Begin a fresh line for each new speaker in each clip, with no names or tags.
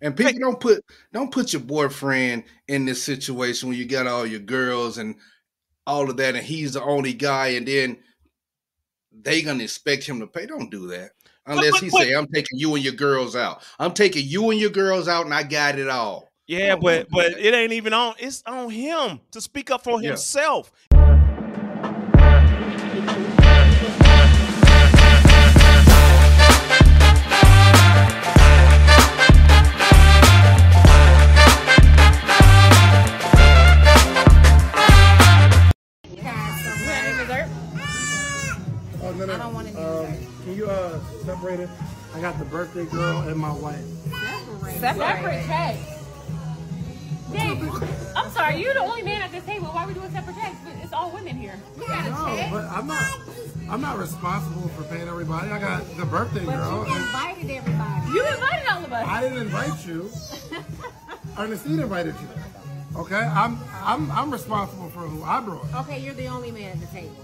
And people don't put don't put your boyfriend in this situation when you got all your girls and all of that, and he's the only guy, and then they gonna expect him to pay. Don't do that. Unless he say, I'm taking you and your girls out. I'm taking you and your girls out and I got it all.
Yeah,
Don't
but
do
but
that.
it ain't even on. It's on him to speak up for
Yeah.
himself.
Oh, no, no. I don't want any um, Can you uh, separate it? I got the birthday girl and my wife.
Separate tax. Dave, I'm sorry, you're the only man at this table. Why are we doing separate tax? It's all women here.
No, but I'm not. I'm not responsible for paying everybody. I got the birthday girl. and
invited everybody.
You invited all of us.
I didn't invite you. Ernestine invited you. Okay, I'm I'm I'm responsible for who I brought.
Okay, you're the only man at the table.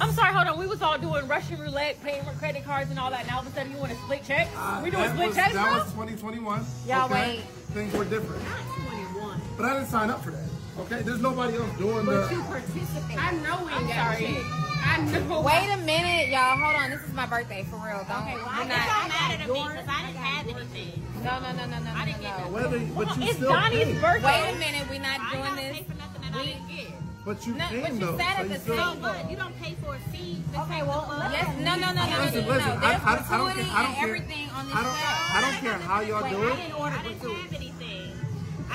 I'm sorry, hold on. We was all doing Russian roulette, paying with credit cards and all that. Now all of a sudden you want to split checks?
Uh,
We're doing
that
split
was,
checks,
That
bro?
was 2021.
Y'all
okay?
wait.
Things were different,
Not 21,
but I didn't sign up for that. Okay, there's nobody else doing
but
the.
you participate.
I know we got sorry. I know.
Wait a minute, y'all. Hold on. This is my birthday for real. Don't.
Okay, well,
we're
I
not-
got
mad at me because I didn't have anything.
No, no, no, no, no, no, no.
Whether, but you
It's
still
Donnie's
came.
birthday.
Wait a minute. We're not
I
doing
gotta pay
this.
for nothing that I didn't get.
But you
No,
came
but you
though.
sat
so
at
you
the
still-
So
table.
what? You don't pay for a seat.
Okay, well, yes, no, no, no, no, no, no,
Listen,
no.
listen. I,
There's
I, I don't care.
gratuity
I don't
and
care.
everything on this
I don't.
show.
I don't care how y'all do
I
it.
didn't order. I didn't have anything.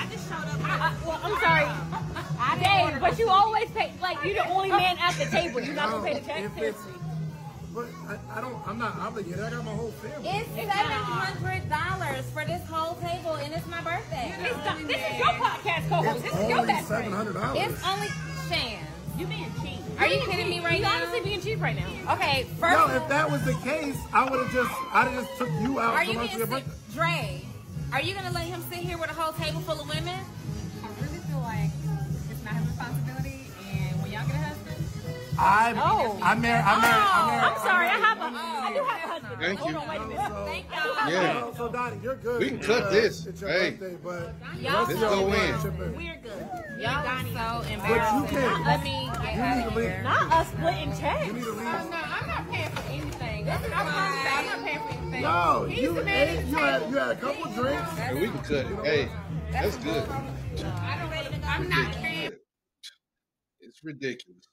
I just showed up.
I, Uh, well, I'm sorry. Dave, but you always pay, like, you're the only man at the table. You're not
No,
going to pay the tax?
if it's,
Seriously.
but I, I don't. I'm not obligated. I got my whole family.
It's seven hundred dollars for this whole table, and it's my birthday.
This is- this is your podcast co-host. This is your
only
best
seven
friend.
hundred dollars.
It's only Shan.
You being cheap.
Are you kidding me right
you
now?
honestly being cheap right now.
Okay, first.
No, if that was the case, I would have just. I'd have just took you out
Are
to
you
lunch
gonna
with your
sit,
birthday.
Dre? Are you gonna let him sit here with a whole table full of women?
I really feel like it's not his responsibility, and when y'all get a husband,
I.
Oh.
I married. I married. I married.
I'm sorry, I have a, I do have a
Thank
husband.
you.
Hold on, wait a minute.
Thank Oh, y'all.
Yeah.
So, so Dottie, you're good.
We can cut
Uh,
this.
It's your
Hey.
birthday, but
Y'all
Let's
so
go in.
We're good.
Y'all are so
But you
embarrassing.
can't.
Let me get out of
You need to
here.
Not us splitting
You need
checks.
to leave.
I'm not paying for anything. That's what I'm I'm not paying for anything.
No, you ate, you had, you had a couple drinks.
And we can cut it. Hey, that's good.
I'm not paying.
It's ridiculous.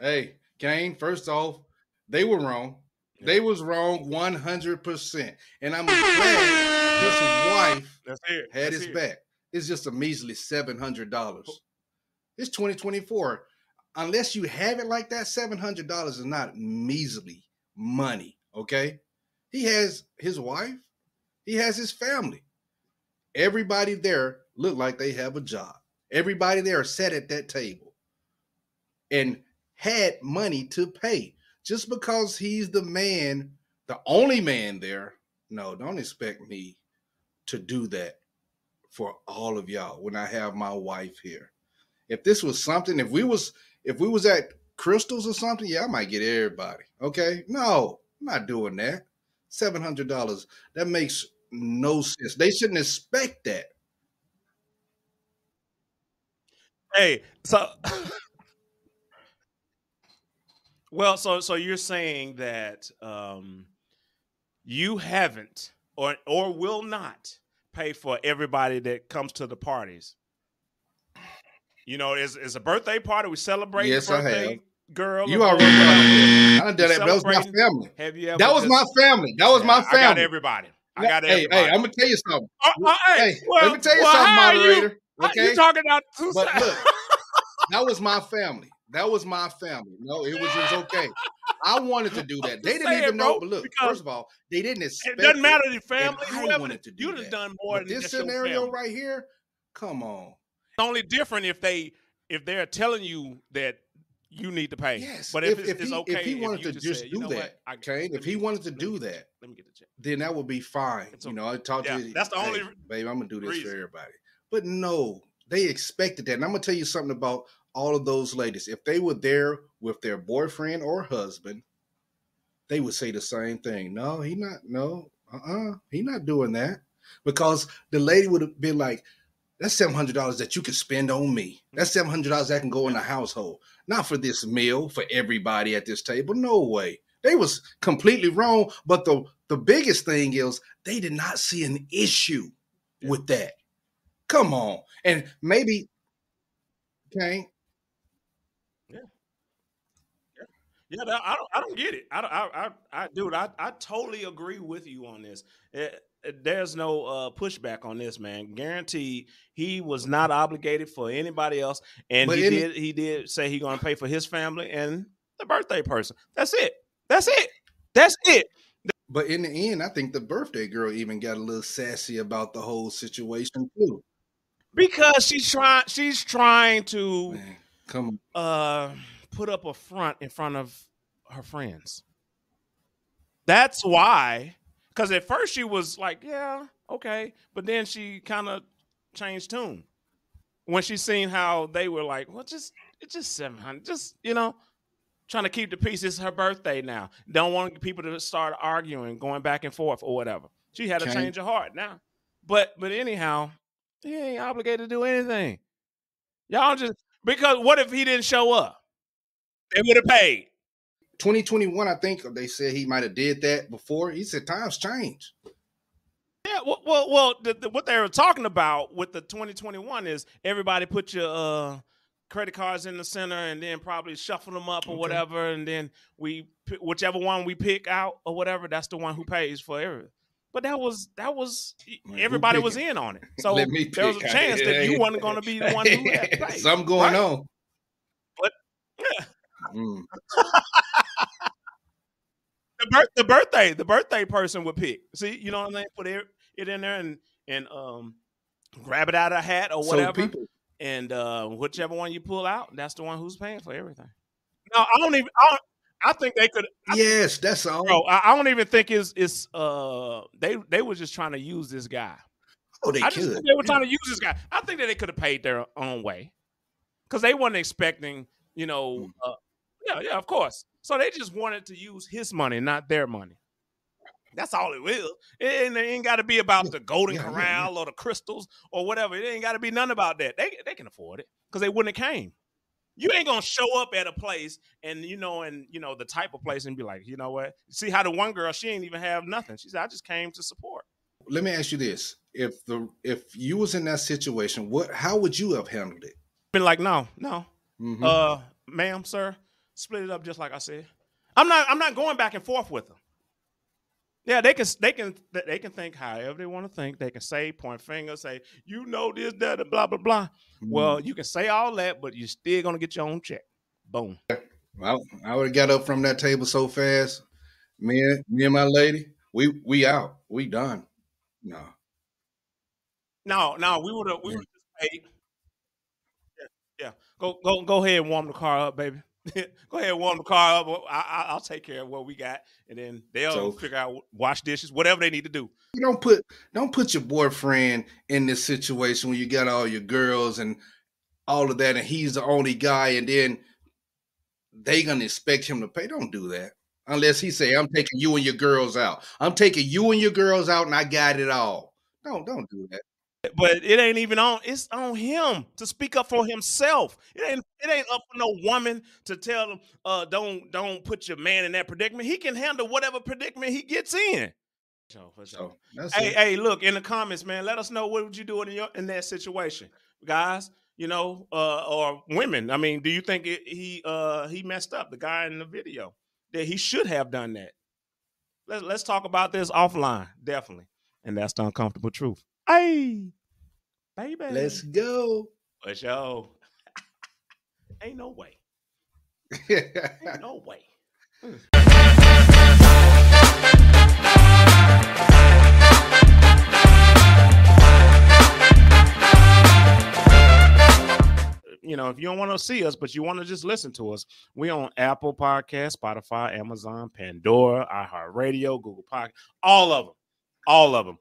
Hey, Kane, first off, they were wrong. They was wrong 100%. And I'm glad his wife
That's it.
had his back. It's just a measly seven hundred dollars. It's twenty twenty four. Unless you have it like that, seven hundred dollars is not measly money. Okay, he has his wife, he has his family. Everybody there look like they have a job. Everybody there sat at that table and had money to pay. Just because he's the man, the only man there. No, don't expect me to do that for all of y'all when I have my wife here. If this was something, if we was if we was at crystals or something, yeah, I might get everybody. Okay. No, I'm not doing that. Seven hundred dollars. That makes no sense. They shouldn't expect that.
Hey, so well, so so you're saying that um, you haven't or or will not pay for everybody that comes to the parties. You know, it's, it's a birthday party. We celebrate.
Yes,
the
I have.
birthday Girl,
You
or
already
whatever.
I done done that. That was my
Celebrating.
family.
Have you ever?
That was
just-
my family. That was
Yeah,
my
I got
family.
everybody. I got
hey,
everybody.
hey, I'm gonna tell you something.
Oh, oh,
Hey,
well,
let me tell you
well,
something,
how are you-
moderator.
how-
okay.
You talking about two
But
sides?
look, that was my family. That was my family. No, it was it was okay. I wanted to do that. They didn't
saying,
even know.
bro,
But look,
because
first of all, they didn't expect.
It doesn't matter the family.
I
whoever,
wanted to do
you'd have
that.
done more
But
than
this
just your
scenario
family.
right here, come on.
It's only different if they if they're telling you that you need to pay.
Yes,
but if,
if,
it's,
if
it's
he,
okay,
if he wanted
you
to just
said, you
do
know what,
that,
I-
okay,
let
if he
me-
wanted to
let
do
me-
that,
let me get the check.
then that would be fine.
It's
You
okay.
know, I talked
Yeah,
to you,
that's the
"Hey,
only
babe. I'm gonna do this
reason."
for everybody. But no, they expected that, and I'm gonna tell you something about all of those ladies. If they were there with their boyfriend or husband, they would say the same thing. No, uh-uh, he not. No, uh, uh he not doing that. because the lady would have been like, "That's seven hundred dollars that you can spend on me. That's seven hundred dollars that can go in the household, not for this meal for everybody at this table. No way." They was completely wrong, but the the biggest thing is they did not see an issue with that. Come on, and maybe okay,
Yeah, that- I don't. I don't get it. I don't. I. I. I dude, I. I totally agree with you on this. Eh, eh, there's no uh, pushback on this, man. Guaranteed, he was not obligated for anybody else, and
But
he
any-
did. He did say he going to pay for his family and the birthday person. That's it. That's it. That's it.
But in the end, I think the birthday girl even got a little sassy about the whole situation too.
Because she's trying. She's trying to
Man, come on.
uh, put up a front in front of her friends. That's why, because at first she was like, "Yeah, okay," but then she kind of changed tune when she seen how they were like, "Well, just it's just seven hundred, just you know." Trying to keep the peace. It's her birthday now. Don't want people to start arguing, going back and forth or whatever. She had a
Can't-
change of heart now. But but anyhow, he ain't obligated to do anything. Y'all just because what if he didn't show up? They would have paid.
2021, I think they said he might have did that before. He said times change.
Yeah, well, well, well the, the, what they were talking about with the 2021 is everybody put your uh, credit cards in the center and then probably shuffle them up or whatever, and then we pi- whichever one we pick out or whatever, that's the one who pays for everything. But that was that was
Man, who
everybody was
picking?
in on it, so
Let me
there was a
pick.
chance that you wasn't going to be the one who had to pay.
Something going
right?
on.
But-
Mm.
the, birth, the birthday, the birthday person would pick. See, you know what I'm saying? Put it, it in there and and um, grab it out of a hat or
So
whatever,
people,
and uh, whichever one you pull out, that's the one who's paying for everything. No, I don't even. I, don't, I think they could.
yes, that's all.
Bro, I, I don't even think it's it's. Uh, they they were just trying to use this guy.
oh, they
I just
could.
think they were trying to use this guy. I think that they could have paid their own way because they weren't expecting, you
Hmm.
know, uh, yeah, yeah, of course. So they just wanted to use his money, not their money. That's all it will. It ain't, it ain't got to be about the Golden
yeah, yeah, yeah.
Corral or the crystals or whatever. It ain't got to be none about that. They they can afford it because they wouldn't have came. You ain't gonna show up at a place and you know and you know the type of place and be like, you know what? See how the one girl she ain't even have nothing. She said, I just came to support.
Let me ask you this: if the if you was in that situation, what how would you have handled it?
Been like, no, no,
Mhm.
uh ma'am sir split it up just like i said i'm not i'm not going back and forth with them yeah they can they can they can think however they want to think they can say point finger say you know this that and blah blah blah well you can say all that but you're still gonna get your own check boom
I, I would have got up from that table so fast. Me and me and my lady, we we out. We done. No.
no no we would have we would have just paid yeah, yeah go go go ahead and warm the car up baby go ahead and warm the car up I, I, i'll take care of what we got and then they'll
So-
figure out wash dishes whatever they need to do
You don't put don't put your boyfriend in this situation when you got all your girls and all of that, and he's the only guy, and then they gonna expect him to pay. Don't do that unless he say, "I'm taking you and your girls out. I'm taking you and your girls out, and I got it all." No, don't do that.
but it ain't even on it's on him to speak up for himself it ain't it ain't up for no woman to tell him uh don't don't put your man in that predicament he can handle whatever predicament he gets in so, for sure.
So that's
hey
it.
hey look in the comments man let us know what would you do in your in that situation guys you know uh or women i mean do you think it, he uh he messed up the guy in the video that he should have done that Let, let's talk about this offline definitely and that's the uncomfortable truth hey baby
Let's go.
for sure. Ain't no way. Ain't no way. You know, if you don't want to see us, but you want to just listen to us, we on Apple Podcast, Spotify, Amazon, Pandora, iHeartRadio, Google Podcast, all of them, all of them.